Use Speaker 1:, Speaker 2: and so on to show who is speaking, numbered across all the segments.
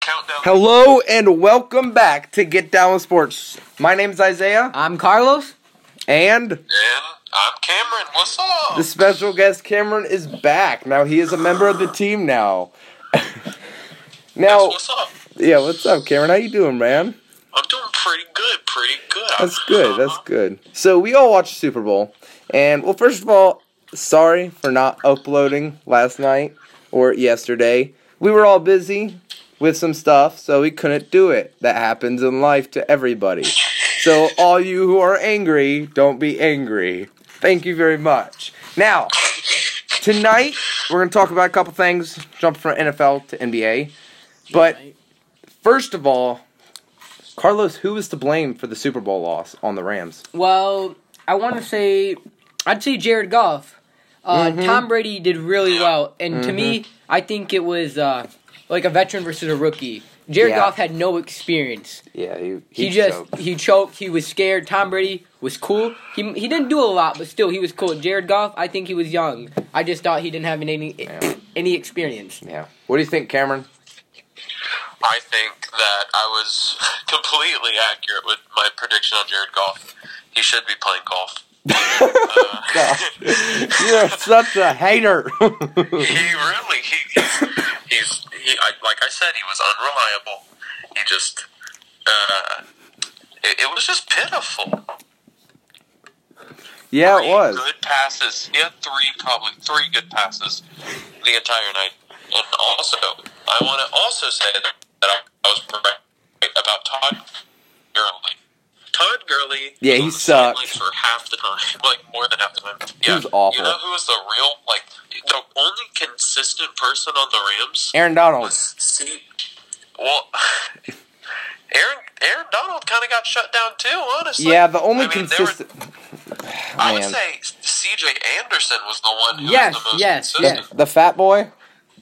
Speaker 1: Countdown.
Speaker 2: Hello and welcome back to Get Down with Sports. My name's Isaiah,
Speaker 3: I'm Carlos.
Speaker 2: and
Speaker 1: And I'm Cameron. What's up?
Speaker 2: the special guest Cameron is back. Now he is a member of the team now.
Speaker 1: That's
Speaker 2: now,
Speaker 1: what's up?
Speaker 2: yeah, what's up, Cameron? How you doing, man?
Speaker 1: I'm doing pretty good. Pretty good.
Speaker 2: That's good. That's good. So we all watched Super Bowl, and well, first of all, sorry for not uploading last night or yesterday. We were all busy with some stuff, so we couldn't do it. That happens in life to everybody. So all you who are angry, don't be angry. Thank you very much. Now, tonight we're gonna talk about a couple things. Jump from NFL to NBA, but first of all. Carlos, who is to blame for the Super Bowl loss on the Rams?
Speaker 3: Well, I want to say I'd say Jared Goff. Uh, Tom Brady did really well, and to me, I think it was uh, like a veteran versus a rookie. Jared
Speaker 2: Yeah.
Speaker 3: Goff had no experience.
Speaker 2: Yeah, he,
Speaker 3: He, just he choked. He was scared. Tom Brady was cool. He he didn't do a lot, but still he was cool. Jared Goff, I think he was young. I just thought he didn't have any any experience.
Speaker 2: Yeah. What do you think, Cameron?
Speaker 1: I think that I was completely accurate with my prediction on Jared Goff. He should be playing golf.
Speaker 2: You're such a hater.
Speaker 1: He really, he, he's, he's he, I, like I said, he was unreliable. He just, uh, it, it was just pitiful.
Speaker 2: yeah, it
Speaker 1: three
Speaker 2: was.
Speaker 1: good passes. He had three, probably three good passes the entire night. And also, I want to also say that I, I was correct about Todd Gurley. Todd Gurley,
Speaker 2: Yeah,
Speaker 1: was
Speaker 2: he
Speaker 1: on the sideline
Speaker 2: sucked.
Speaker 1: for half the time, like more than half the time. Yeah,
Speaker 2: was awful.
Speaker 1: You know who was the real, like the only consistent person on the Rams?
Speaker 2: Aaron Donald.
Speaker 1: was see. Well, Aaron Aaron Donald kind of got shut down too. Honestly,
Speaker 2: Yeah, the only
Speaker 1: I mean, they were-
Speaker 2: consistent.
Speaker 1: I would
Speaker 2: Man.
Speaker 1: say C.J. Anderson was the one who
Speaker 3: Yes,
Speaker 1: was the most
Speaker 3: yes,
Speaker 1: consistent.
Speaker 2: The fat boy?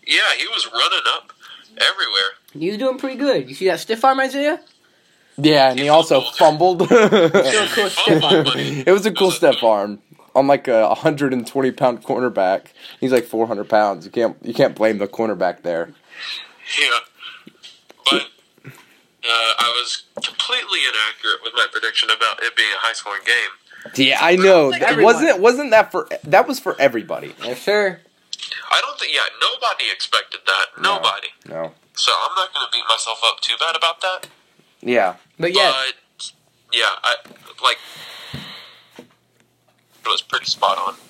Speaker 1: Yeah, he was running up everywhere.
Speaker 3: He was doing pretty good. You see that stiff arm, Isaiah?
Speaker 2: Yeah, and he also fumbled.
Speaker 3: Still
Speaker 2: it
Speaker 3: a cool stiff
Speaker 1: Fumble,
Speaker 3: arm.
Speaker 1: but it
Speaker 2: was a cool step arm. On like a 120 pound cornerback, he's like 400 pounds. You can't you can't blame the cornerback there.
Speaker 1: Yeah, but uh, I was completely inaccurate with my prediction about it being a high-scoring game.
Speaker 2: Yeah, I know.
Speaker 3: Like
Speaker 2: That-
Speaker 3: everyone.
Speaker 2: wasn't wasn't that for that was for everybody?
Speaker 3: Yes, sir.
Speaker 1: I don't think. Yeah, nobody expected that. Nobody.
Speaker 2: No.
Speaker 1: So I'm not going to beat myself up too bad about that.
Speaker 2: Yeah.
Speaker 3: But yeah,
Speaker 1: But yeah, I like. It was pretty spot on.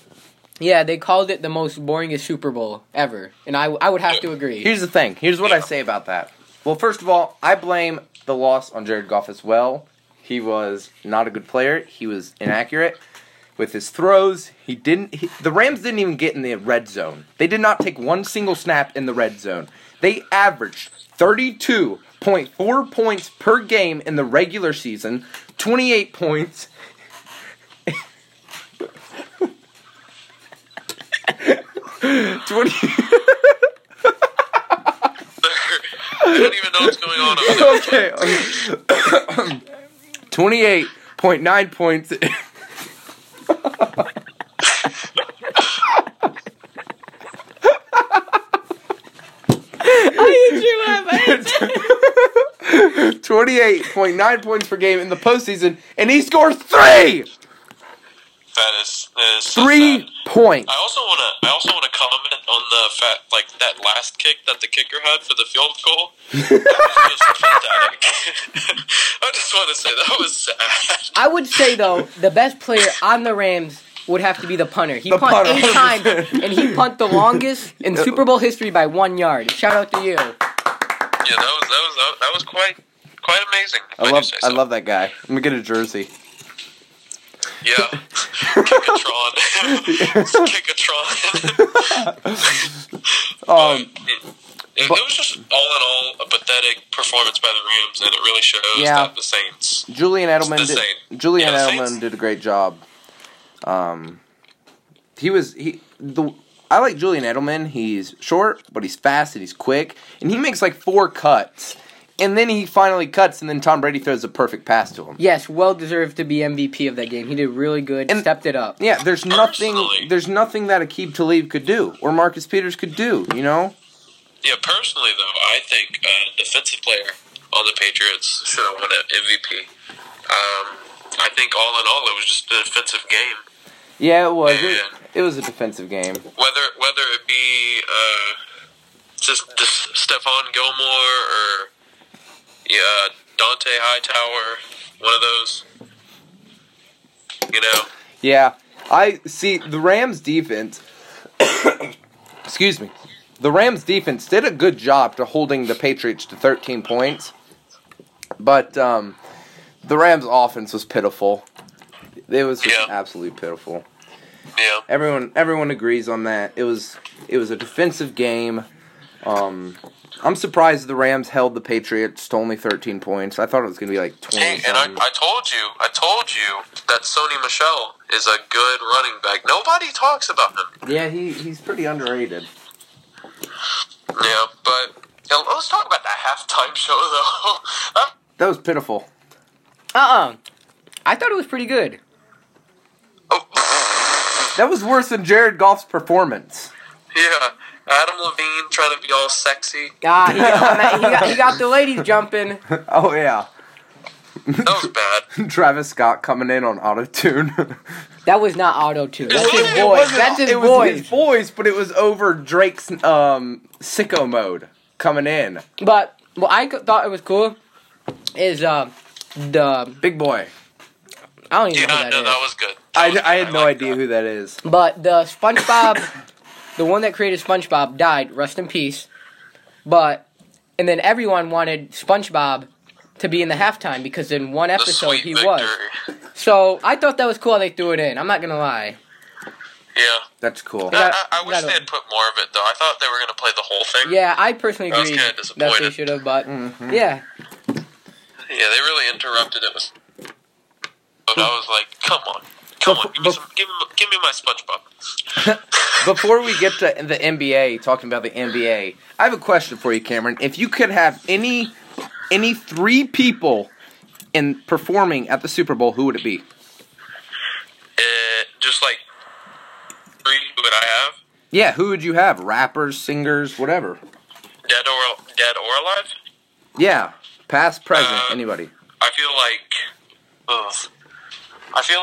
Speaker 3: Yeah, they called it the most boringest Super Bowl ever, and I, I would have to agree.
Speaker 2: Here's the thing. Here's what I say about that. Well, first of all, I blame the loss on Jared Goff as well. He was not a good player. He was inaccurate with his throws. He didn't. He, the Rams didn't even get in the red zone. They did not take one single snap in the red zone. They averaged 32.4 points per game in the regular season, 28 points. Twenty.
Speaker 1: I don't even know what's going on. over there.
Speaker 2: okay. Twenty-eight point nine points. Twenty-eight point nine points per game in the postseason, and he scores three,
Speaker 1: That is, that is so sad.
Speaker 2: three points.
Speaker 1: I also want to. I also want to comment on the fact, like that last kick that the kicker had for the field goal. That was just pathetic. I just want to say that was sad.
Speaker 3: I would say though, the best player on the Rams would have to be the punter. He
Speaker 2: The
Speaker 3: punted
Speaker 2: punter,
Speaker 3: eight times,
Speaker 2: 100%.
Speaker 3: and he punted the longest in Super Bowl history by one yard. Shout out to you.
Speaker 1: Yeah, that was that was that, was quite quite amazing. if
Speaker 2: I
Speaker 1: do
Speaker 2: love,
Speaker 1: say
Speaker 2: I
Speaker 1: so.
Speaker 2: love that guy. I'm gonna get a jersey.
Speaker 1: Yeah, Kickatron. It's Kickatron.
Speaker 2: Um,
Speaker 1: It, it was just all in all a pathetic performance by the Rams, and it really shows
Speaker 2: Yeah.
Speaker 1: that the Saints.
Speaker 2: Julian Edelman
Speaker 1: It's the
Speaker 2: did,
Speaker 1: same.
Speaker 2: Julian
Speaker 1: Yeah, the
Speaker 2: Edelman
Speaker 1: Saints.
Speaker 2: did a great job. Um, he was he the I like Julian Edelman. He's short, but he's fast and he's quick, and he makes like four cuts, and then he finally cuts, and then Tom Brady throws a perfect pass to him.
Speaker 3: Yes, well deserved to be MVP of that game. He did really good,
Speaker 2: And-
Speaker 3: stepped it up.
Speaker 2: Yeah, there's nothing
Speaker 1: Personally.
Speaker 2: there's nothing that Akib Talib could do or Marcus Peters could do. You know,
Speaker 1: Yeah, personally though, I think uh, defensive player on the Patriots should have won an MVP. Um, I think all in all, it was just a defensive game.
Speaker 2: Yeah, it was.
Speaker 1: Yeah.
Speaker 2: It, it was a defensive game.
Speaker 1: Whether whether it be uh, just, just Stephon Gilmore or yeah, Dante Hightower, one of those. You know,
Speaker 2: Yeah. I see the Rams defense. excuse me. The Rams defense did a good job to holding the Patriots to 13 points. But um, the Rams offense was pitiful. It was just
Speaker 1: Yeah.
Speaker 2: absolutely pitiful.
Speaker 1: yeah.
Speaker 2: Everyone everyone agrees on that. It was it was a defensive game. Um I'm surprised the Rams held the Patriots to only 13 points. I thought it was going to be like 20.
Speaker 1: Hey, and I,
Speaker 2: something.
Speaker 1: I told you, I told you that Sony Michelle is a good running back. Nobody talks about him.
Speaker 2: yeah, he, he's pretty underrated.
Speaker 1: Yeah, but yeah, let's talk about that halftime show though. That-
Speaker 2: That was pitiful.
Speaker 3: Uh uh I thought it was pretty good.
Speaker 1: Um, oh,
Speaker 2: That was worse than Jared Goff's performance.
Speaker 1: yeah, Adam Levine trying to be all sexy.
Speaker 3: Ah, he, got, he, got, he got the ladies jumping.
Speaker 2: Oh yeah,
Speaker 1: That was bad.
Speaker 2: Travis Scott coming in on auto tune.
Speaker 3: That was not auto tune. That's
Speaker 1: wasn't-
Speaker 3: his
Speaker 1: it
Speaker 3: voice.
Speaker 1: wasn't-
Speaker 3: That's his
Speaker 2: it was his
Speaker 3: voice.
Speaker 2: voice, but it was over Drake's um sicko mode coming in.
Speaker 3: But what I co- thought it was cool is uh, the
Speaker 2: Big boy.
Speaker 3: I don't even
Speaker 1: Yeah,
Speaker 3: know
Speaker 1: no,
Speaker 3: who that is.
Speaker 1: that was good. That
Speaker 2: I,
Speaker 1: was
Speaker 2: I
Speaker 1: good.
Speaker 2: had no
Speaker 1: like
Speaker 2: idea
Speaker 1: that.
Speaker 2: who that is.
Speaker 3: But the SpongeBob, the one that created SpongeBob, died. Rest in peace. But and then everyone wanted SpongeBob to be in the halftime because in one
Speaker 1: The
Speaker 3: episode
Speaker 1: sweet
Speaker 3: he
Speaker 1: victory.
Speaker 3: was. So I thought that was cool. how They threw it in. I'm not gonna lie.
Speaker 1: Yeah.
Speaker 2: That's cool.
Speaker 3: Yeah.
Speaker 1: I, I, I wish
Speaker 3: gotta-
Speaker 1: they had put more of it though. I thought they were gonna play the whole thing.
Speaker 3: Yeah, I personally
Speaker 1: I was
Speaker 3: agree
Speaker 1: kinda
Speaker 3: that they
Speaker 1: disappointed.
Speaker 3: should have. But
Speaker 2: Mm-hmm.
Speaker 3: yeah,
Speaker 1: Yeah, they really interrupted it with. But I was like, come on, come on, give me,
Speaker 2: Bef-
Speaker 1: some, give, me, give me my SpongeBob.
Speaker 2: Before we get to the NBA, talking about the NBA, I have a question for you, Cameron. If you could have any any three people in performing at the Super Bowl, who would it be?
Speaker 1: Uh, just like three would I have
Speaker 2: Yeah, who would you have? Rappers, singers, whatever.
Speaker 1: dead or dead or alive?
Speaker 2: Yeah, past, present,
Speaker 1: Uh,
Speaker 2: anybody.
Speaker 1: I feel like, ugh, I feel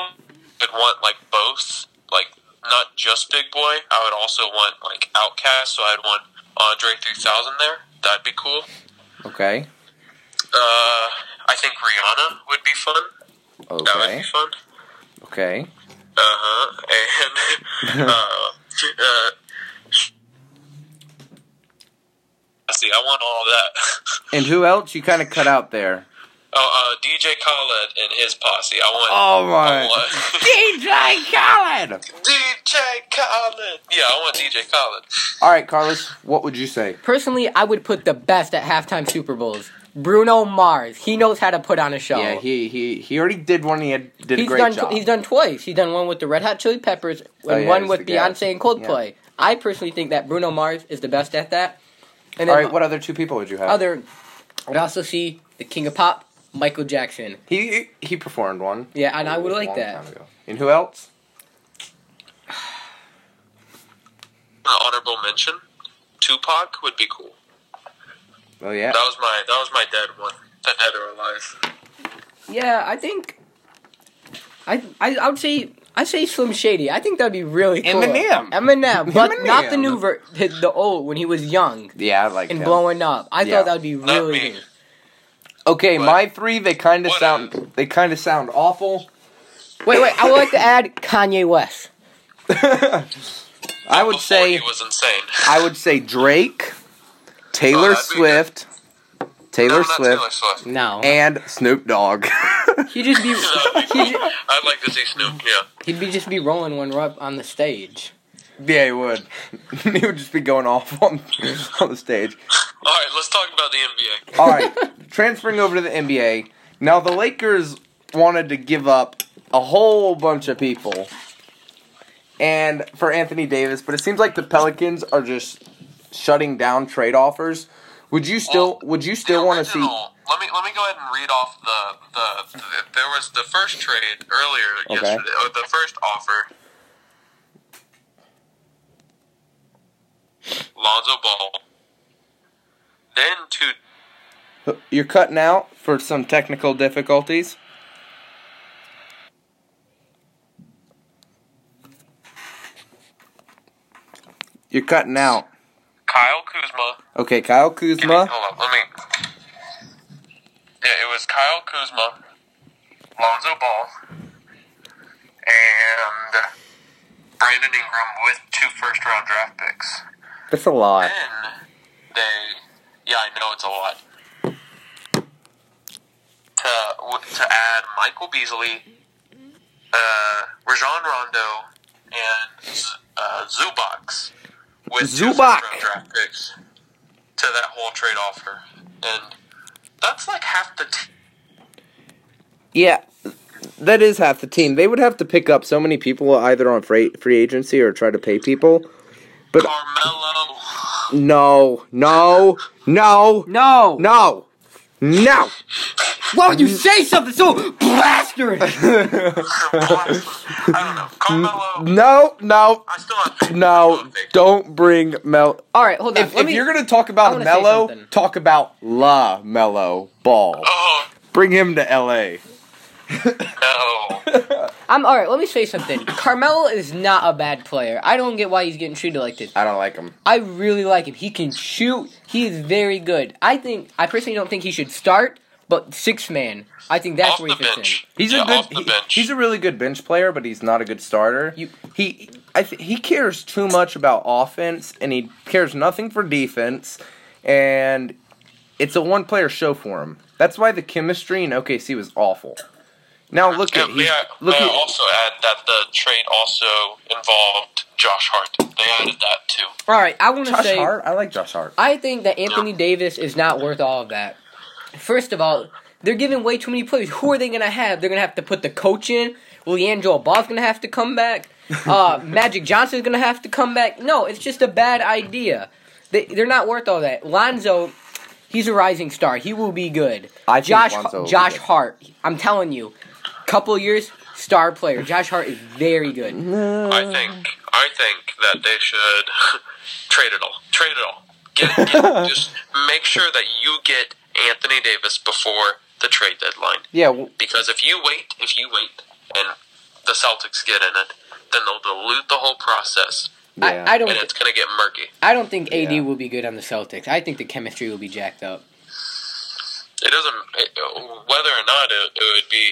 Speaker 1: I'd want like both, like not just Big Boy. I would also want like Outcast, so I'd want Andre three thousand there. That'd be cool.
Speaker 2: Okay.
Speaker 1: Uh, I think Rihanna would be fun. That would
Speaker 2: Okay.
Speaker 1: be fun.
Speaker 2: Okay.
Speaker 1: Uh-huh. And uh, uh, I see. I want all that.
Speaker 2: And who else? You kind of cut out there.
Speaker 1: oh, uh, DJ Khaled and his posse. I want.
Speaker 2: Oh
Speaker 1: I
Speaker 2: my.
Speaker 1: want
Speaker 2: DJ Khaled.
Speaker 1: DJ Khaled. Yeah, I want DJ Khaled.
Speaker 2: All right, Carlos. What would you say?
Speaker 3: personally, I would put the best at halftime Super Bowls. Bruno Mars. He knows how to put on a show.
Speaker 2: Yeah, he he he already did one. He had, did a
Speaker 3: He's
Speaker 2: great
Speaker 3: done.
Speaker 2: job.
Speaker 3: Tw- he's done twice. He's done one with the Red Hot Chili Peppers and
Speaker 2: Oh, yeah,
Speaker 3: one
Speaker 2: he's
Speaker 3: with
Speaker 2: the guy.
Speaker 3: Beyonce and Coldplay. I personally think that Bruno Mars is the best at that. And
Speaker 2: All
Speaker 3: then
Speaker 2: right. What other two people would you have?
Speaker 3: other? I'd also see the King of Pop, Michael Jackson.
Speaker 2: He he performed one.
Speaker 3: Yeah, and I would
Speaker 2: a
Speaker 3: like
Speaker 2: long
Speaker 3: that.
Speaker 2: time ago. And who else?
Speaker 1: An honorable mention. Tupac would be cool.
Speaker 2: Oh yeah.
Speaker 1: That was my that was my dead one. The dead or alive.
Speaker 3: Yeah, I think. I I I would say. I say Slim Shady. I think that'd be really cool.
Speaker 2: Eminem.
Speaker 3: Eminem, but not the
Speaker 2: Eminem.
Speaker 3: new ver- the the old when he was young
Speaker 2: Yeah, I like
Speaker 3: and
Speaker 2: him.
Speaker 3: blowing up. I
Speaker 2: Yeah.
Speaker 3: thought that'd be
Speaker 1: Not
Speaker 3: really.
Speaker 1: me.
Speaker 3: good.
Speaker 2: Okay,
Speaker 1: But-
Speaker 2: my three. They kind of
Speaker 1: What
Speaker 2: sound. They kind of sound awful.
Speaker 3: Wait, wait. I would like to add Kanye West.
Speaker 2: I would
Speaker 1: Before
Speaker 2: say.
Speaker 1: he was insane.
Speaker 2: I would say Drake,
Speaker 1: Oh,
Speaker 2: Taylor
Speaker 1: that'd be good.
Speaker 2: Swift, Taylor
Speaker 1: No, not
Speaker 2: Swift,
Speaker 1: Taylor Swift.
Speaker 3: No.
Speaker 2: and Snoop Dogg.
Speaker 3: He'd just be he'd, ju-
Speaker 1: I'd like to see Snoop. Yeah.
Speaker 3: he'd be just be rolling one up on the stage.
Speaker 2: yeah, he would. he would just be going off on, on the stage.
Speaker 1: All right, let's talk about the NBA.
Speaker 2: All right, transferring over to the NBA. Now the Lakers wanted to give up a whole bunch of people, and for Anthony Davis, but it seems like the Pelicans are just shutting down trade offers. Would you still? Would you still
Speaker 1: The
Speaker 2: want to see?
Speaker 1: original- Let me let me go ahead and read off the the, the there was the first trade earlier
Speaker 2: Okay.
Speaker 1: yesterday, or the first offer. Lonzo Ball, then to
Speaker 2: You're cutting out for some technical difficulties. You're cutting out.
Speaker 1: Kyle Kuzma.
Speaker 2: Okay, Kyle Kuzma.
Speaker 1: Hold on, let me. Yeah, it was Kyle Kuzma, Lonzo Ball, and Brandon Ingram with two first round draft picks.
Speaker 2: That's a lot.
Speaker 1: Then they, yeah, I know it's a lot. To w- to add Michael Beasley, uh, Rajon Rondo, and uh, Zubac with two
Speaker 2: Zubac.
Speaker 1: first-round draft picks to that whole trade offer, and that's like half the t-
Speaker 2: Yeah, that is half the team. They would have to pick up so many people either on free free agency or try to pay people. But
Speaker 1: Carmelo.
Speaker 2: no, no, no,
Speaker 3: No.
Speaker 2: no, no.
Speaker 3: Why would you say something so blasted?
Speaker 1: I don't know Carmelo.
Speaker 2: No, no,
Speaker 1: I still not big.
Speaker 2: no. Don't bring Mel.
Speaker 3: All right, hold on.
Speaker 2: If,
Speaker 3: Let
Speaker 2: if
Speaker 3: me-
Speaker 2: you're gonna talk
Speaker 3: I
Speaker 2: about
Speaker 3: wanna say
Speaker 2: Mello,
Speaker 3: something.
Speaker 2: talk about La Mello Ball.
Speaker 1: Oh
Speaker 2: Bring him to L.A.
Speaker 1: no!
Speaker 3: I'm all right. Let me say something. Carmelo is not a bad player. I don't get why he's getting treated like this.
Speaker 2: I don't like him.
Speaker 3: I really like him. He can shoot. He is very good. I think. I personally don't think he should start, but six man. I think that's
Speaker 1: Off
Speaker 3: where he
Speaker 1: the
Speaker 3: fits
Speaker 1: bench.
Speaker 2: He's
Speaker 1: Yeah,
Speaker 2: a good.
Speaker 1: off the
Speaker 2: he-
Speaker 1: bench.
Speaker 2: he's a really good bench player, but he's not a good starter.
Speaker 3: You-
Speaker 2: he, I th- he cares too much about offense, and he cares nothing for defense, and it's a one-player show for him. That's why the chemistry in OKC was awful. Now look at
Speaker 1: may
Speaker 2: he,
Speaker 1: I,
Speaker 2: look
Speaker 1: may I
Speaker 2: at
Speaker 1: uh, also add that the trade also involved Josh Hart. They added that too.
Speaker 3: in. All right, I want to
Speaker 2: Josh
Speaker 3: say.
Speaker 2: Hart. I like Josh Hart.
Speaker 3: I think that Anthony Davis is not worth all of that. First of all, they're giving way too many players. Who are they gonna have? They're gonna have to put the coach in. Leandro Ball's gonna have to come back. Uh, Magic Johnson's gonna have to come back. No, it's just a bad idea. They, they're not worth all that. Lonzo, he's a rising star. He will be good.
Speaker 2: I think
Speaker 3: Josh
Speaker 2: Lonzo will be
Speaker 3: Josh
Speaker 2: good.
Speaker 3: Hart. I'm telling you, couple years, star player. Josh Hart is very good.
Speaker 1: I think I think that they should trade it all. Trade it all. Get, get just make sure that you get Anthony Davis before the trade deadline.
Speaker 2: Yeah, w-
Speaker 1: Because if you wait, if you wait, and the Celtics get in it, then they'll dilute the whole process,
Speaker 2: yeah.
Speaker 3: I, I don't.
Speaker 1: and it's gonna get murky.
Speaker 3: I don't think AD
Speaker 2: Yeah.
Speaker 3: will be good on the Celtics. I think the chemistry will be jacked up.
Speaker 1: It doesn't it, whether or not it, it would be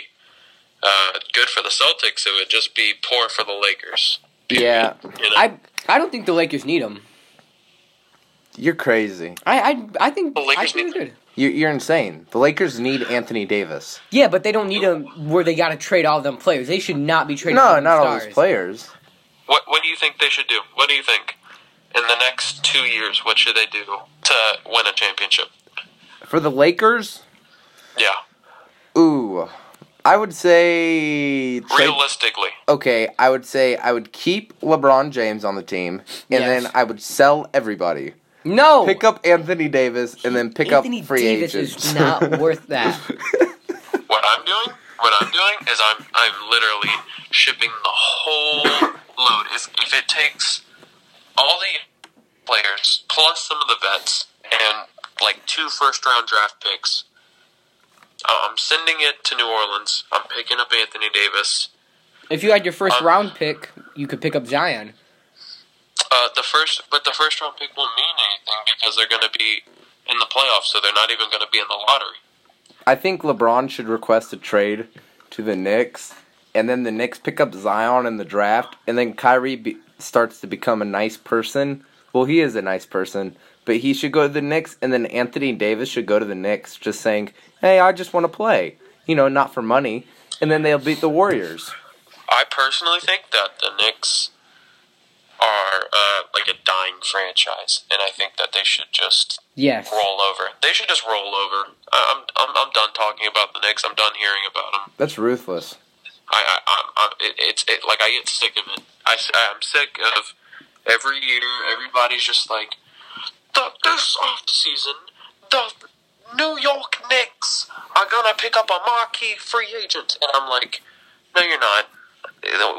Speaker 1: uh, good for the Celtics. It would just be poor for the Lakers.
Speaker 2: Yeah.
Speaker 1: You know?
Speaker 3: I I don't think the Lakers need him.
Speaker 2: You're crazy.
Speaker 3: I I, I think
Speaker 1: The Lakers
Speaker 3: I think
Speaker 1: need
Speaker 3: they're good.
Speaker 2: You're, you're insane. The Lakers need Anthony Davis.
Speaker 3: Yeah, but they don't need him where they got to trade all them players. They should not be trading.
Speaker 2: No,
Speaker 3: them
Speaker 2: not all
Speaker 3: stars.
Speaker 2: those players.
Speaker 1: What What do you think they should do? What do you think in the next two years? What should they do to win a championship?
Speaker 2: For the Lakers,
Speaker 1: Yeah,
Speaker 2: ooh, I would say. trade-
Speaker 1: realistically,
Speaker 2: okay, I would say I would keep LeBron James on the team, and
Speaker 3: Yes.
Speaker 2: then I would sell everybody.
Speaker 3: No,
Speaker 2: Pick up Anthony Davis, and then pick
Speaker 3: Anthony
Speaker 2: up free
Speaker 3: Davis
Speaker 2: agents.
Speaker 3: is not worth that.
Speaker 1: what I'm doing, what I'm doing is I'm I'm literally shipping the whole load. If if it takes all the players plus some of the vets and like two first round draft picks, uh, I'm sending it to New Orleans. I'm picking up Anthony Davis.
Speaker 3: If you had your first
Speaker 1: Um,
Speaker 3: round pick, you could pick up Zion.
Speaker 1: Uh, the first, but the first round pick won't mean anything because they're going to be in the playoffs, so they're not even going to be in the lottery.
Speaker 2: I think LeBron should request a trade to the Knicks, and then the Knicks pick up Zion in the draft, and then Kyrie be- starts to become a nice person. Well, he is a nice person, but he should go to the Knicks, and then Anthony Davis should go to the Knicks, just saying, "Hey, I just want to play," you know, not for money, and then they'll beat the Warriors.
Speaker 1: I personally think that the Knicks are uh, like a dying franchise, and I think that they should just
Speaker 3: Yes.
Speaker 1: roll over. They should just roll over. I, I'm, I'm I'm done talking about the Knicks. I'm done hearing about them.
Speaker 2: That's ruthless.
Speaker 1: I, I, I'm, I'm, it, it's it, like I get sick of it. I, am sick of every year. Everybody's just like the, this off season. The New York Knicks are gonna pick up a marquee free agent, and I'm like, no, you're not.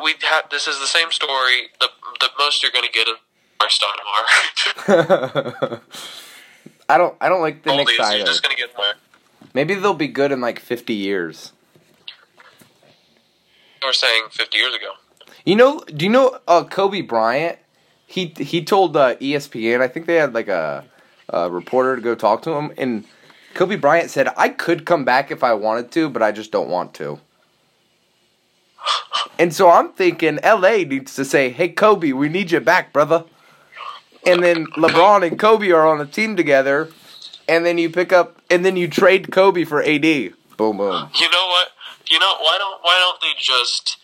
Speaker 1: We have this is the same story. The the most you're gonna get is Mark Stoudemire.
Speaker 2: I I don't. I don't like the
Speaker 1: Oldies,
Speaker 2: Knicks
Speaker 1: you're
Speaker 2: either.
Speaker 1: just gonna get there.
Speaker 2: Maybe they'll be good in like 50 years.
Speaker 1: They were saying 50 years ago.
Speaker 2: You know? Do you know uh, Kobe Bryant? He he told uh, ESPN. I think they had like a, a reporter to go talk to him, and Kobe Bryant said, "I could come back if I wanted to, but I just don't want to." And so I'm thinking LA needs to say, "Hey Kobe, we need you back, brother." And then LeBron and Kobe are on a team together, and then you pick up and then you trade Kobe for AD. Boom boom.
Speaker 1: You know what? You know why don't why don't they just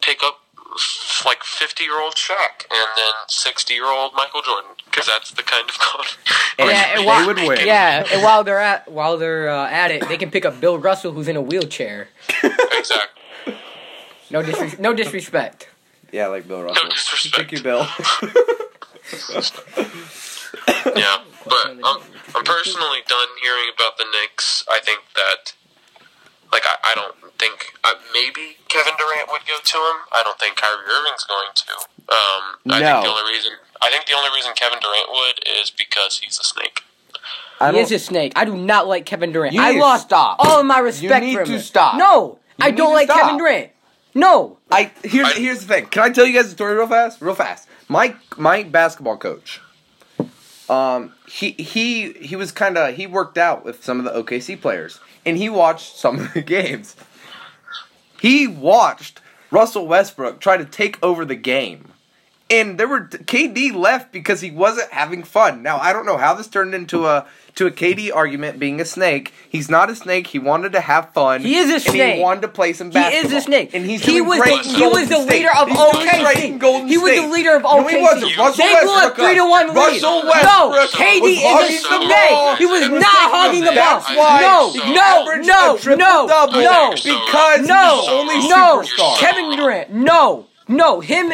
Speaker 1: pick up f- like 50 year old Shaq and then 60 year old Michael Jordan because that's the kind of con-
Speaker 2: And
Speaker 3: yeah, and
Speaker 2: they
Speaker 3: while,
Speaker 2: would win.
Speaker 3: Yeah, and while they're at while they're uh, at it, they can pick up Bill Russell, who's in a wheelchair.
Speaker 1: exactly.
Speaker 3: No, disres- no disrespect.
Speaker 2: Yeah, like Bill
Speaker 1: No
Speaker 2: Russell.
Speaker 1: disrespect.
Speaker 2: Bill.
Speaker 1: Yeah, but I'm, I'm personally done hearing about the Knicks. I think that, like, I, I don't think uh, maybe Kevin Durant would go to him. I don't think Kyrie Irving's going to. Um, I
Speaker 2: No.
Speaker 1: think the only reason I think the only reason Kevin Durant would is because he's a snake.
Speaker 2: I
Speaker 3: He is
Speaker 2: don't,
Speaker 3: a snake. I do not like Kevin Durant.
Speaker 2: You
Speaker 3: I
Speaker 2: need to
Speaker 3: lost
Speaker 2: stop.
Speaker 3: all of my respect
Speaker 2: need
Speaker 3: for him.
Speaker 2: to stop.
Speaker 3: No, I
Speaker 2: need
Speaker 3: don't
Speaker 2: to
Speaker 3: like
Speaker 2: stop.
Speaker 3: Kevin Durant. No,
Speaker 2: I here's
Speaker 1: I-
Speaker 2: here's the thing. Can I tell you guys a story real fast? Real fast. My my basketball coach. Um, he he he was kind of he worked out with some of the OKC players, and he watched some of the games. He watched Russell Westbrook try to take over the game, and there were KD left because he wasn't having fun. Now I don't know how this turned into a to a KD argument being a snake. He's not a snake. He wanted to have fun.
Speaker 3: He is a
Speaker 2: And
Speaker 3: snake.
Speaker 2: he wanted to play some
Speaker 3: he
Speaker 2: basketball.
Speaker 3: is a snake.
Speaker 2: And he's
Speaker 3: he
Speaker 2: doing
Speaker 3: was
Speaker 2: great
Speaker 3: the,
Speaker 2: in
Speaker 3: he was the
Speaker 2: Golden State.
Speaker 3: leader of
Speaker 2: He's doing great in
Speaker 3: OKC.
Speaker 2: Golden
Speaker 3: He was the
Speaker 2: State.
Speaker 3: leader of
Speaker 2: No, he
Speaker 3: OKC.
Speaker 2: wasn't. Russell
Speaker 3: they blew a
Speaker 2: Westbrook.
Speaker 3: three to one lead.
Speaker 2: Russell Westbrook.
Speaker 3: No,
Speaker 2: was
Speaker 3: KD
Speaker 2: hogging
Speaker 3: is
Speaker 1: the
Speaker 3: a
Speaker 1: ball.
Speaker 3: snake. He was
Speaker 2: and taking
Speaker 3: not
Speaker 2: the
Speaker 3: hogging the ball.
Speaker 2: That's why
Speaker 3: No,
Speaker 2: he
Speaker 3: no,
Speaker 2: averaged
Speaker 3: no,
Speaker 2: a triple
Speaker 3: no,
Speaker 2: double
Speaker 3: no.
Speaker 2: Because
Speaker 3: No,
Speaker 2: he's the only
Speaker 3: no,
Speaker 2: superstar.
Speaker 3: Kevin Durant, no, no, him,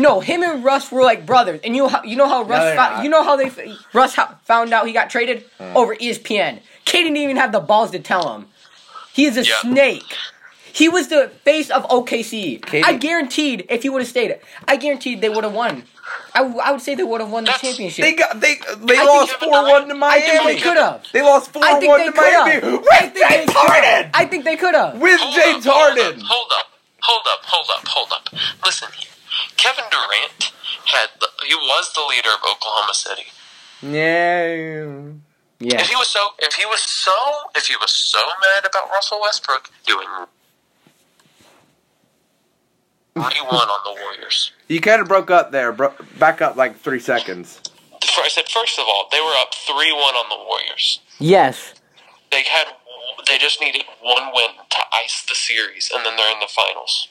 Speaker 3: no, him and Russ were like brothers, and you ho- you know how Russ,
Speaker 2: they're
Speaker 3: fou-
Speaker 2: not.
Speaker 3: you know how they f- Russ ho- found out he got traded
Speaker 1: Hmm.
Speaker 3: over E ESPN. K didn't even have the balls to tell him. He is a
Speaker 1: Yeah.
Speaker 3: snake. He was the face of OKC.
Speaker 2: KD
Speaker 3: I guaranteed if he would have stayed, I guaranteed they would have won. I, w- I would say they would have won the
Speaker 1: That's-
Speaker 3: championship.
Speaker 2: They got they they
Speaker 3: I
Speaker 2: lost
Speaker 1: think-
Speaker 2: four one to
Speaker 3: I
Speaker 2: Miami.
Speaker 3: think they could have.
Speaker 2: They lost four
Speaker 3: I think
Speaker 2: one
Speaker 3: they
Speaker 2: to
Speaker 3: could have.
Speaker 2: Miami with James Harden.
Speaker 3: I think they could have.
Speaker 2: With James Harden.
Speaker 1: Hold up, hold up, hold up, hold up. Listen here, Kevin Durant had the, he was the leader of Oklahoma City.
Speaker 2: Yeah.
Speaker 3: Yeah.
Speaker 1: If he was so, if he was so, if he was so mad about Russell Westbrook doing what he won on the Warriors.
Speaker 2: You kind of broke up there. Bro- back up like three seconds.
Speaker 1: I said first of all, they were up three one on the Warriors.
Speaker 3: yes.
Speaker 1: They had, they just needed one win to ice the series, and then they're in the finals.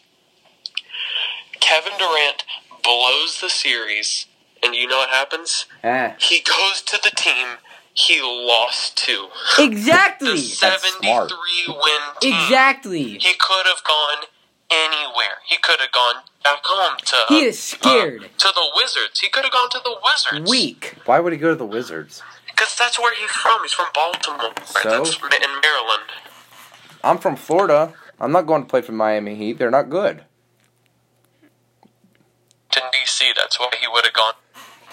Speaker 1: Kevin Durant blows the series, and you know what happens?
Speaker 2: Eh.
Speaker 1: He goes to the team he lost to,
Speaker 3: Exactly.
Speaker 1: the
Speaker 2: smart.
Speaker 1: seventy-three win team.
Speaker 3: Exactly.
Speaker 1: He could have gone anywhere. He could have gone back home to.
Speaker 3: He is scared.
Speaker 1: uh, to the Wizards. He could have gone to the Wizards.
Speaker 3: Weak.
Speaker 2: Why would he go to the Wizards?
Speaker 1: Because that's where he's from. He's from Baltimore.
Speaker 2: So?
Speaker 1: That's Ma- in Maryland.
Speaker 2: I'm from Florida. I'm not going to play for Miami Heat. They're not good.
Speaker 1: To D.C. That's why he would have gone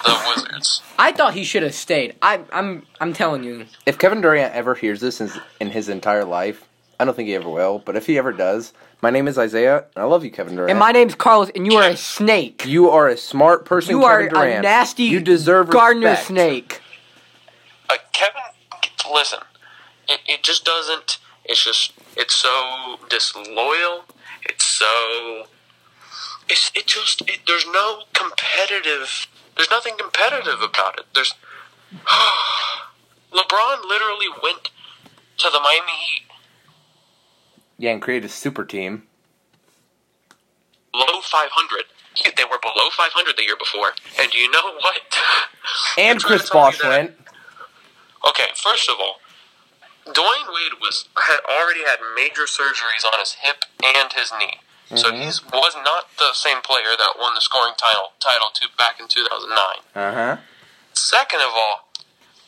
Speaker 1: to the Wizards.
Speaker 3: I thought he should have stayed. I, I'm I'm telling you.
Speaker 2: If Kevin Durant ever hears this in, in his entire life, I don't think he ever will, but if he ever does, my name is Isaiah, and I love you, Kevin Durant.
Speaker 3: And my name's Carlos, and you are a snake.
Speaker 2: you are a smart person,
Speaker 3: You are
Speaker 2: Kevin
Speaker 3: a
Speaker 2: Durant.
Speaker 3: nasty
Speaker 2: You deserve
Speaker 3: gardener
Speaker 2: respect.
Speaker 3: snake.
Speaker 1: Uh, Kevin, listen. It, it just doesn't. It's just. It's so disloyal. It's so. It's it just. It, there's no competitive. There's nothing competitive about it. There's. LeBron literally went to the Miami Heat,
Speaker 2: Yeah, and create a super team.
Speaker 1: low 500. He- They were below 500 the year before, and you know what? You're trying
Speaker 2: And Chris
Speaker 1: to tell me
Speaker 2: Bosh
Speaker 1: that-
Speaker 2: went.
Speaker 1: Okay, first of all, Dwayne Wade was had already had major surgeries on his hip and his knee, so he was not the same player that won the scoring title title to back in 2009.
Speaker 2: Uh huh.
Speaker 1: Second of all,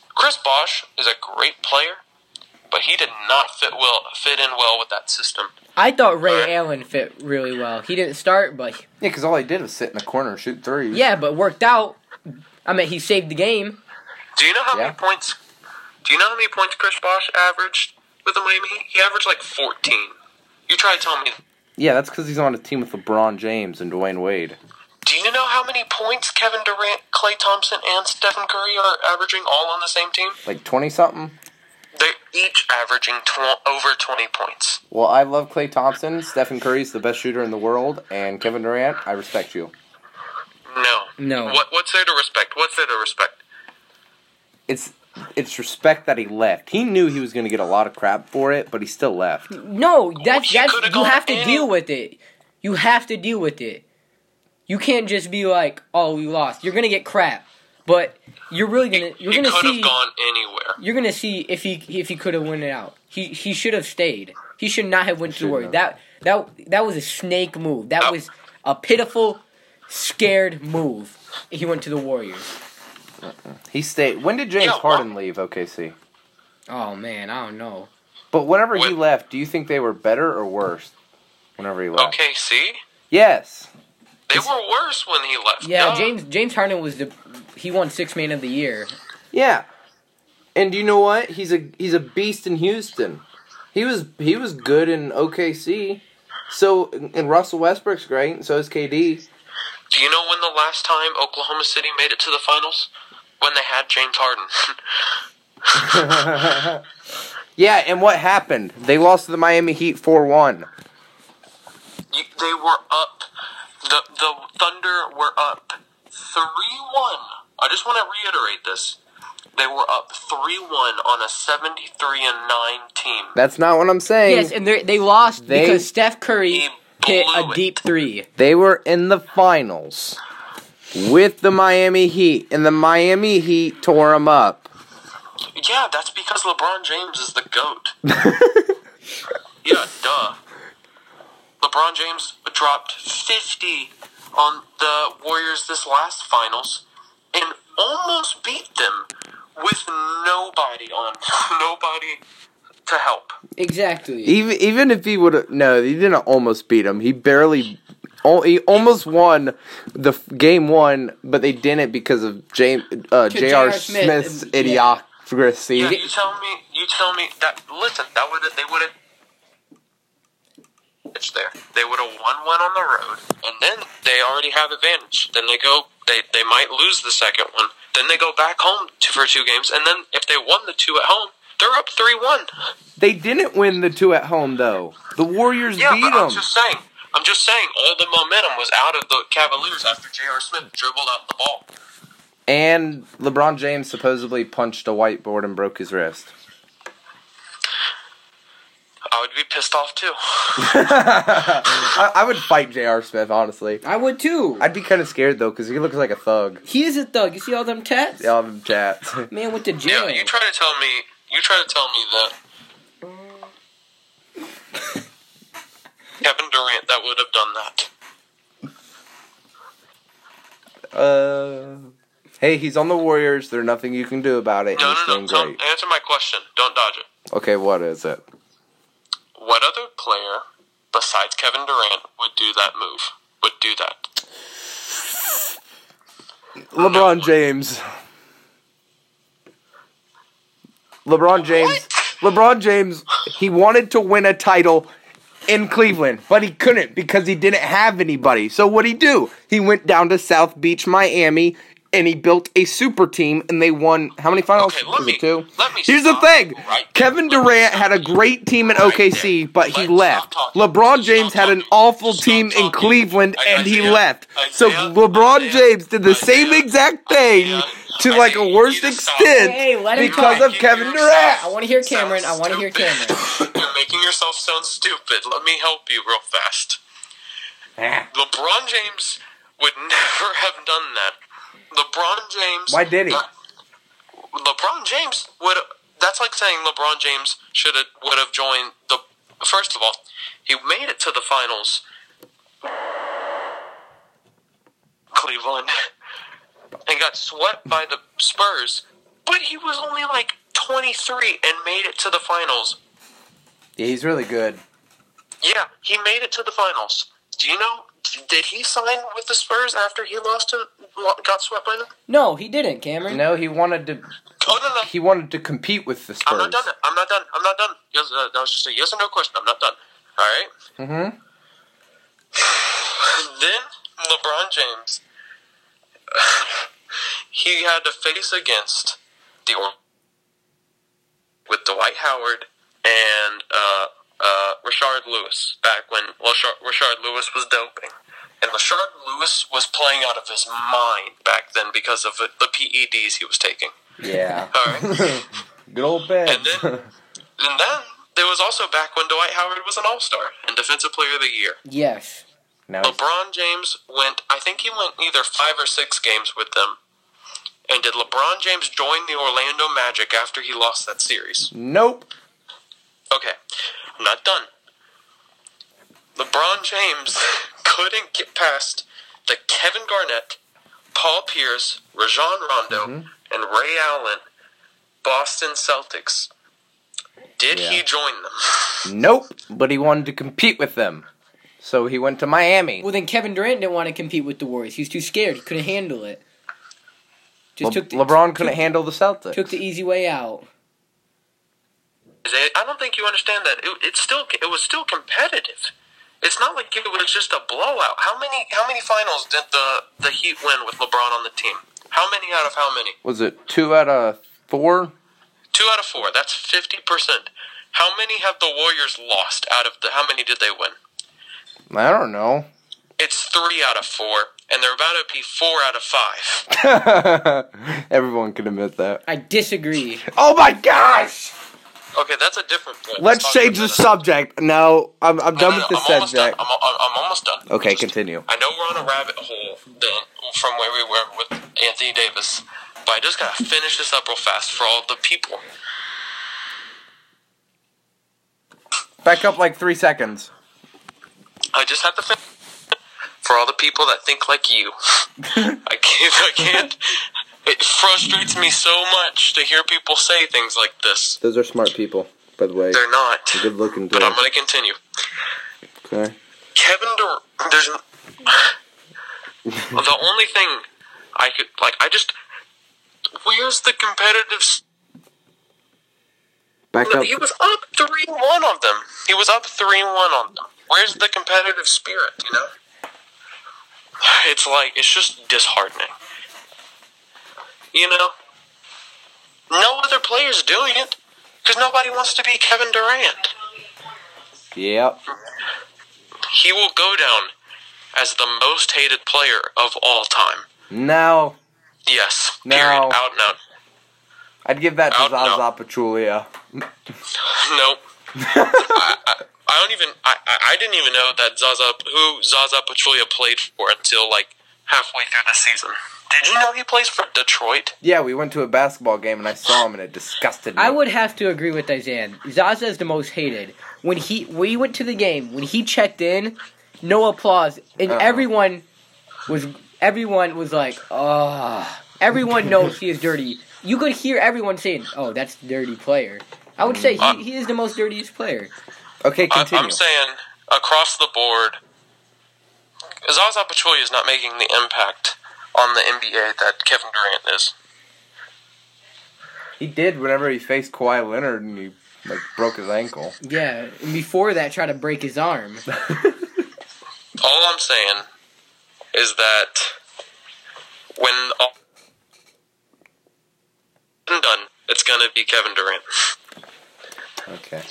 Speaker 1: Chris Bosch is a great player, but he did not fit well fit in well with that system.
Speaker 3: I thought Ray Allen fit really well. He didn't start, but
Speaker 2: Yeah, because all he did was sit in the corner and shoot threes.
Speaker 3: yeah, but worked out. I mean, he saved the game.
Speaker 1: Do you know how
Speaker 2: Yeah.
Speaker 1: many points? Do you know how many points Chris Bosh averaged with the Miami Heat? He averaged like 14. You try to tell me.
Speaker 2: Yeah, that's because he's on a team with LeBron James and Dwayne Wade.
Speaker 1: Do you know how many points Kevin Durant, Clay Thompson, and Stephen Curry are averaging all on the same team?
Speaker 2: Like 20 something?
Speaker 1: They're each averaging tw- over 20 points.
Speaker 2: Well, I love Clay Thompson. Stephen Curry's the best shooter in the world. And Kevin Durant, I respect you.
Speaker 1: No.
Speaker 3: No.
Speaker 1: What, what's there to respect? What's there to respect?
Speaker 2: It's it's respect that he left. He knew he was going to get a lot of crap for it, but he still left.
Speaker 3: No, that's
Speaker 1: she
Speaker 3: that's
Speaker 1: coulda
Speaker 3: you
Speaker 1: gone
Speaker 3: have to
Speaker 1: in.
Speaker 3: deal with it. You have to deal with it. You can't just be like, "Oh, we lost." You're gonna get crap, but you're really gonna you're
Speaker 1: he
Speaker 3: gonna
Speaker 1: could
Speaker 3: see
Speaker 1: have gone anywhere.
Speaker 3: you're gonna see if he if he could have won it out. He he should have stayed. He should not have went to the Warriors.
Speaker 2: shouldn't
Speaker 3: That that that was a snake move. That
Speaker 1: Oh.
Speaker 3: was a pitiful, scared move. He went to the Warriors.
Speaker 2: He stayed. When did James
Speaker 1: Yeah,
Speaker 2: Harden leave OKC?
Speaker 3: Oh man, I don't know.
Speaker 2: But whenever he
Speaker 1: When-
Speaker 2: left, do you think they were better or worse? Whenever he left.
Speaker 1: Okay, see?
Speaker 2: Yes.
Speaker 1: They were worse when he left.
Speaker 3: Yeah,
Speaker 1: Duh.
Speaker 3: James James Harden was the he won six man of the year.
Speaker 2: Yeah. And you know what? He's a he's a beast in Houston. He was he was good in OKC. So and Russell Westbrook's great, and so is KD.
Speaker 1: Do you know when the last time Oklahoma City made it to the finals? When they had James Harden.
Speaker 2: Yeah, and what happened? They lost to the Miami Heat 4-1.
Speaker 1: you, they were up. The the Thunder were up three one. I just want to reiterate this. They were up three one on a seventy three and nine team.
Speaker 2: That's not what I'm saying.
Speaker 3: Yes, and they they lost
Speaker 2: They-
Speaker 3: because Steph Curry
Speaker 1: He
Speaker 3: hit
Speaker 1: blew
Speaker 3: a
Speaker 1: it.
Speaker 3: deep three.
Speaker 2: They were in the finals with the Miami Heat, and the Miami Heat tore them up.
Speaker 1: Yeah, that's because LeBron James is the goat. yeah, duh. LeBron James dropped fifty on the Warriors this last finals, and almost beat them with nobody on, nobody to help.
Speaker 3: Exactly.
Speaker 2: Even even if he would have no, he didn't almost beat him. He barely, al- he almost won the f- game one, but they didn't because of James uh,
Speaker 3: To
Speaker 2: J.R.
Speaker 3: J.R. Smith,
Speaker 2: Smith's
Speaker 3: um, yeah.
Speaker 2: idiocracy.
Speaker 1: Yeah, you tell me. You tell me that. Listen, that would they would have. It's there. They would have won one on the road, and then they already have advantage. Then they go. They they might lose the second one. Then they go back home to, for two games, and then if they won the two at home, they're up three one.
Speaker 2: They didn't win the two at home though. The Warriors
Speaker 1: Yeah,
Speaker 2: beat
Speaker 1: but I'm
Speaker 2: them.
Speaker 1: just saying. I'm just saying. All the momentum was out of the Cavaliers after J.R. Smith dribbled out the ball.
Speaker 2: And LeBron James supposedly punched a whiteboard and broke his wrist.
Speaker 1: I would be pissed off too.
Speaker 2: I, I would fight J.R. Smith honestly.
Speaker 3: I would too.
Speaker 2: I'd be kind of scared though because he looks like a thug.
Speaker 3: he is a thug. You see all them tats?
Speaker 2: Yeah, I'm chat.
Speaker 3: Man went to
Speaker 1: Yeah,
Speaker 3: jail.
Speaker 1: you try to tell me. You try to tell me that Kevin Durant that would have done that.
Speaker 2: Uh, hey, he's on the Warriors. There's nothing you can do about it.
Speaker 1: No,
Speaker 2: and he's
Speaker 1: no, no.
Speaker 2: doing
Speaker 1: Tell,
Speaker 2: great.
Speaker 1: answer my question. Don't dodge it.
Speaker 2: Okay, what is it?
Speaker 1: What other player besides Kevin Durant would do that move? Would do that?
Speaker 2: LeBron James. LeBron James. LeBron James. He wanted to win a title in Cleveland, but he couldn't because he didn't have anybody. So what'd he do? He went down to South Beach, Miami, and he built a super team, and they won how many finals?
Speaker 1: Okay, let
Speaker 2: Was
Speaker 1: me-
Speaker 2: it two?
Speaker 1: let me
Speaker 2: Here's the
Speaker 1: stop
Speaker 2: thing:
Speaker 1: you right there.
Speaker 2: Kevin
Speaker 1: Let me
Speaker 2: Durant
Speaker 1: stop
Speaker 2: had a
Speaker 1: you
Speaker 2: great team in
Speaker 1: right
Speaker 2: OKC,
Speaker 1: there.
Speaker 2: but he
Speaker 1: Let- stop
Speaker 2: left.
Speaker 1: talking.
Speaker 2: LeBron
Speaker 1: Stop
Speaker 2: James had an
Speaker 1: talking.
Speaker 2: awful
Speaker 1: Stop
Speaker 2: team in
Speaker 1: talking.
Speaker 2: Cleveland,
Speaker 1: I-
Speaker 2: and he
Speaker 1: Isaiah,
Speaker 2: left. So
Speaker 1: Isaiah,
Speaker 2: LeBron
Speaker 1: Isaiah,
Speaker 2: James did the same
Speaker 1: Isaiah,
Speaker 2: exact thing
Speaker 1: Isaiah,
Speaker 2: to
Speaker 1: I
Speaker 2: like a
Speaker 1: think
Speaker 2: worse
Speaker 1: you need to stop.
Speaker 2: extent
Speaker 3: Hey, let him
Speaker 2: because
Speaker 3: talk.
Speaker 2: of Kevin
Speaker 1: You're making
Speaker 3: I
Speaker 2: Durant.
Speaker 3: want to hear
Speaker 1: yourself
Speaker 3: Cameron. I
Speaker 1: sound
Speaker 3: want to hear
Speaker 1: stupid.
Speaker 3: Cameron.
Speaker 1: You're making yourself sound stupid. Let me help you real fast. LeBron James would never have done that. LeBron James.
Speaker 2: Why did he?
Speaker 1: LeBron James would. That's like saying LeBron James should have would have joined the. First of all, he made it to the finals. Cleveland, and got swept by the Spurs, but he was only like 23 and made it to the finals.
Speaker 2: Yeah, he's really good.
Speaker 1: Yeah, he made it to the finals. Do you know? Do Did he sign with the Spurs after he lost to got swept by them?
Speaker 3: No, he didn't, Cameron.
Speaker 2: No, he wanted to.
Speaker 1: Oh no no!
Speaker 2: He wanted to compete with the
Speaker 1: I'm
Speaker 2: Spurs.
Speaker 1: not done. I'm not done. I'm not done. Yes, uh, that was just a yes or no question. I'm not done. All right.
Speaker 2: Mm-hmm.
Speaker 1: then LeBron James, he had to face against the or with Dwight Howard and uh, uh, Richard Lewis back when Rashard, Richard Lewis was doping. And Richard Lewis was playing out of his mind back then because of the the PEDs he was taking.
Speaker 2: Yeah.
Speaker 1: All right.
Speaker 2: Good old Ben.
Speaker 1: And then- and then there was also back when Dwight Howard was an All Star and Defensive Player of the Year.
Speaker 3: Yes.
Speaker 2: now he's-
Speaker 1: LeBron James went, I think he went either five or six games with them. And did LeBron James join the Orlando Magic after he lost that series?
Speaker 2: nope.
Speaker 1: Okay, I'm not done. LeBron James couldn't get past the Kevin Garnett, Paul Pierce, Rajon Rondo, and Ray Allen Boston Celtics. Did he
Speaker 2: Yeah.
Speaker 1: join them?
Speaker 2: Nope. But he wanted to compete with them, so he went to Miami.
Speaker 3: Well, then Kevin Durant didn't want to compete with the Warriors. He was too scared. He couldn't handle it. Just
Speaker 2: Le-
Speaker 3: took the,
Speaker 2: LeBron couldn't
Speaker 3: took-
Speaker 2: handle the Celtics.
Speaker 3: Took the easy way out.
Speaker 1: I don't think you understand that. It, it's still it was still competitive. It's not like it was just a blowout. How many how many finals did the the Heat win with LeBron on the team? How many out of how many?
Speaker 2: Was it two out of four?
Speaker 1: Two out of four. That's fifty percent. How many have the Warriors lost out of the? How many did they win?
Speaker 2: I don't know.
Speaker 1: It's three out of four, and they're about to be four out of five.
Speaker 2: Everyone can admit that.
Speaker 3: I disagree.
Speaker 2: Oh my gosh!
Speaker 1: Okay, that's a different point.
Speaker 2: Let's
Speaker 1: talk about
Speaker 2: change the
Speaker 1: that.
Speaker 2: subject. No, I'm, I'm
Speaker 1: No,
Speaker 2: done
Speaker 1: no,
Speaker 2: with
Speaker 1: no,
Speaker 2: the
Speaker 1: I'm almost done.
Speaker 2: subject.
Speaker 1: I'm, al- I'm almost done.
Speaker 2: Okay,
Speaker 1: Just-
Speaker 2: continue.
Speaker 1: I know we're on a rabbit hole then from where we were with Anthony Davis, but I just gotta finish this up real fast for all the people.
Speaker 2: Back up like three seconds.
Speaker 1: I just have to finish for all the people that think like you. I can't. I can't. It frustrates me so much to hear people say things like this.
Speaker 2: Those are smart people, by the way.
Speaker 1: They're not.
Speaker 2: looking
Speaker 1: But I'm gonna continue.
Speaker 2: Okay.
Speaker 1: Kevin Durant. There's the only thing I could like. I just where's the competitive? s-
Speaker 2: Back
Speaker 1: No, he was up three one on them. He was up three one on them. Where's the competitive spirit? You know, it's like it's just disheartening. You know, no other players doing it because nobody wants to be Kevin Durant.
Speaker 2: Yep.
Speaker 1: He will go down as the most hated player of all time.
Speaker 2: Now,
Speaker 1: Yes.
Speaker 2: No.
Speaker 1: Period. Out and out.
Speaker 2: I'd give that to
Speaker 1: Oh, no.
Speaker 2: Zaza Pachulia.
Speaker 1: Nope. I, I, I don't even. I, I I didn't even know that Zaza who Zaza Pachulia played for until like halfway through the season. Did you know he plays for Detroit?
Speaker 2: Yeah, we went to a basketball game and I saw him and it disgusted me.
Speaker 3: I would have to agree with Isaiah. Zaza is the most hated. When he we went to the game, when he checked in, no applause, and
Speaker 2: Uh-huh.
Speaker 3: everyone was everyone was like, "Ah!" Everyone knows he is dirty. You could hear everyone saying, "Oh, that's dirty player." I would say
Speaker 1: Uh,
Speaker 2: Mm.
Speaker 3: he, he is the most dirtiest player.
Speaker 2: Okay,
Speaker 1: I,
Speaker 2: continue.
Speaker 1: I'm saying across the board, Zaza Pachulia is not making the impact on the NBA that Kevin Durant is.
Speaker 2: he did whenever he faced Kawhi Leonard and he like broke his ankle.
Speaker 3: Yeah, and before that, try to break his arm.
Speaker 1: All I'm saying is that when all and done, it's gonna be Kevin Durant.
Speaker 2: Okay.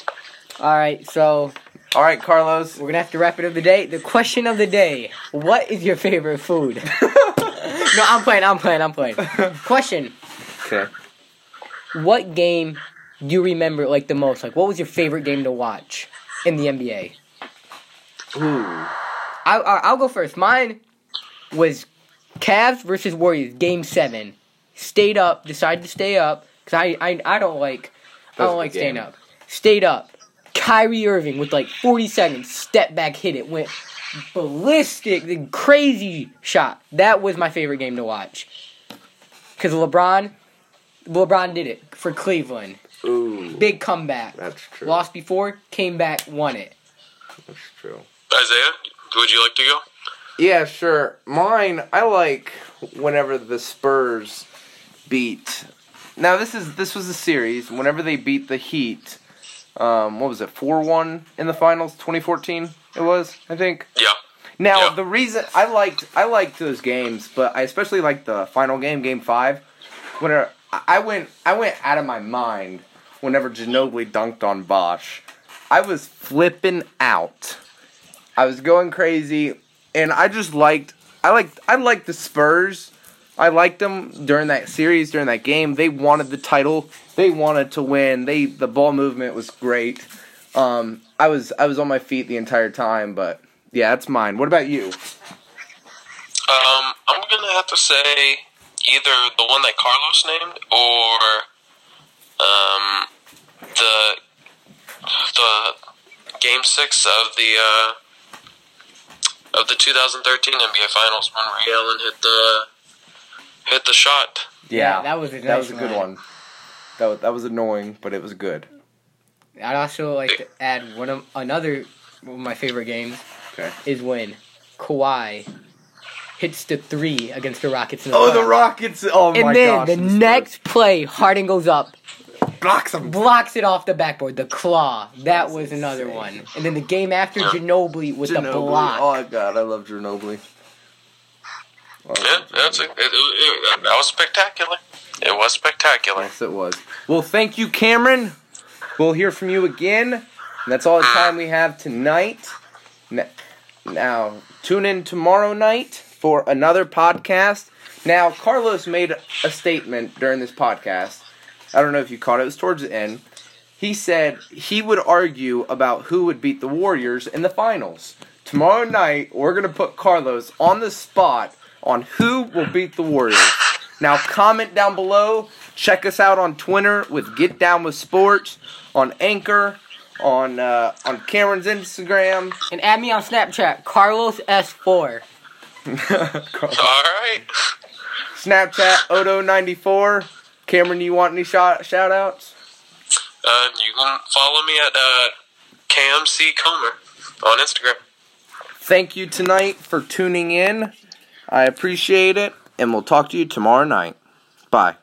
Speaker 3: All right, so
Speaker 2: All right, Carlos.
Speaker 3: we're gonna have to wrap it up today. The question of the day: What is your favorite food? no, I'm playing. I'm playing. I'm playing. Question:
Speaker 2: Okay.
Speaker 3: What game do you remember like the most? Like, what was your favorite game to watch in the NBA?
Speaker 2: Ooh.
Speaker 3: I, I I'll go first. Mine was Cavs versus Warriors, Game Seven. Stayed up, decided to stay up because I, I I don't like I
Speaker 2: That's a
Speaker 3: don't
Speaker 2: good
Speaker 3: like staying
Speaker 2: game.
Speaker 3: up. Stayed up. Kyrie Irving with like 40 seconds, step back, hit it, went ballistic, the crazy shot. That was my favorite game to watch because LeBron, LeBron did it for Cleveland.
Speaker 2: Ooh.
Speaker 3: Big comeback.
Speaker 2: That's true.
Speaker 3: Lost before, came back, won it.
Speaker 2: That's true.
Speaker 1: Isaiah, would you like to go?
Speaker 2: Yeah, sure. Mine, I like whenever the Spurs beat. Now this is this was a series. Whenever they beat the Heat, um, what was it, four one in the finals, twenty fourteen? It was, I think.
Speaker 1: Yeah.
Speaker 2: Now
Speaker 1: Yeah.
Speaker 2: the reason I liked I liked those games, but I especially liked the final game, game five. Whenever I I went I went out of my mind whenever Ginobili dunked on Bosch. I was flipping out. I was going crazy and I just liked I liked I liked the Spurs. I liked them during that series, during that game. They wanted the title. They wanted to win. They the ball movement was great. Um, I was I was on my feet the entire time, but yeah, that's mine. What about you?
Speaker 1: Um, I'm gonna have to say either the one that Carlos named or um, the the game six of the uh, of the 2013 NBA Finals when Ray Allen hit the hit the shot.
Speaker 3: Yeah, that was a
Speaker 2: that was a
Speaker 3: nice
Speaker 2: good
Speaker 3: one.
Speaker 2: one. That was, that was annoying, but it was good.
Speaker 3: I'd also like to add one of another one of my favorite games
Speaker 2: Okay.
Speaker 3: is when Kawhi hits the three against the Rockets. In the
Speaker 2: Oh, the
Speaker 3: playoffs.
Speaker 2: Rockets! Oh my
Speaker 3: And then
Speaker 2: gosh!
Speaker 3: the next play, Harden goes up,
Speaker 2: blocks them.
Speaker 3: blocks it off the backboard. The claw. That was another one. And then the game after, Ginobili with the block.
Speaker 2: Oh god, I love Ginobili. Oh,
Speaker 1: Yeah, that's a, it, it, it, that was spectacular. It was spectacular.
Speaker 2: Yes, it was. Well, thank you, Cameron. We'll hear from you again. And that's all the time we have tonight. N- Now, tune in tomorrow night for another podcast. Now, Carlos made a statement during this podcast. I don't know if you caught it, it was towards the end. He said he would argue about who would beat the Warriors in the finals. Tomorrow night, we're going to put Carlos on the spot on who will beat the Warriors. Now, comment down below. Check us out on Twitter with Get Down with Sports, on Anchor, on uh, on Cameron's Instagram.
Speaker 3: And add me on Snapchat, Carlos S4.
Speaker 1: All right.
Speaker 2: Snapchat Odo94. Cameron, do you want any shout, shout outs?
Speaker 1: Uh, you can follow me at uh, KMC Comer on Instagram.
Speaker 2: Thank you tonight for tuning in. I appreciate it, and we'll talk to you tomorrow night. Bye.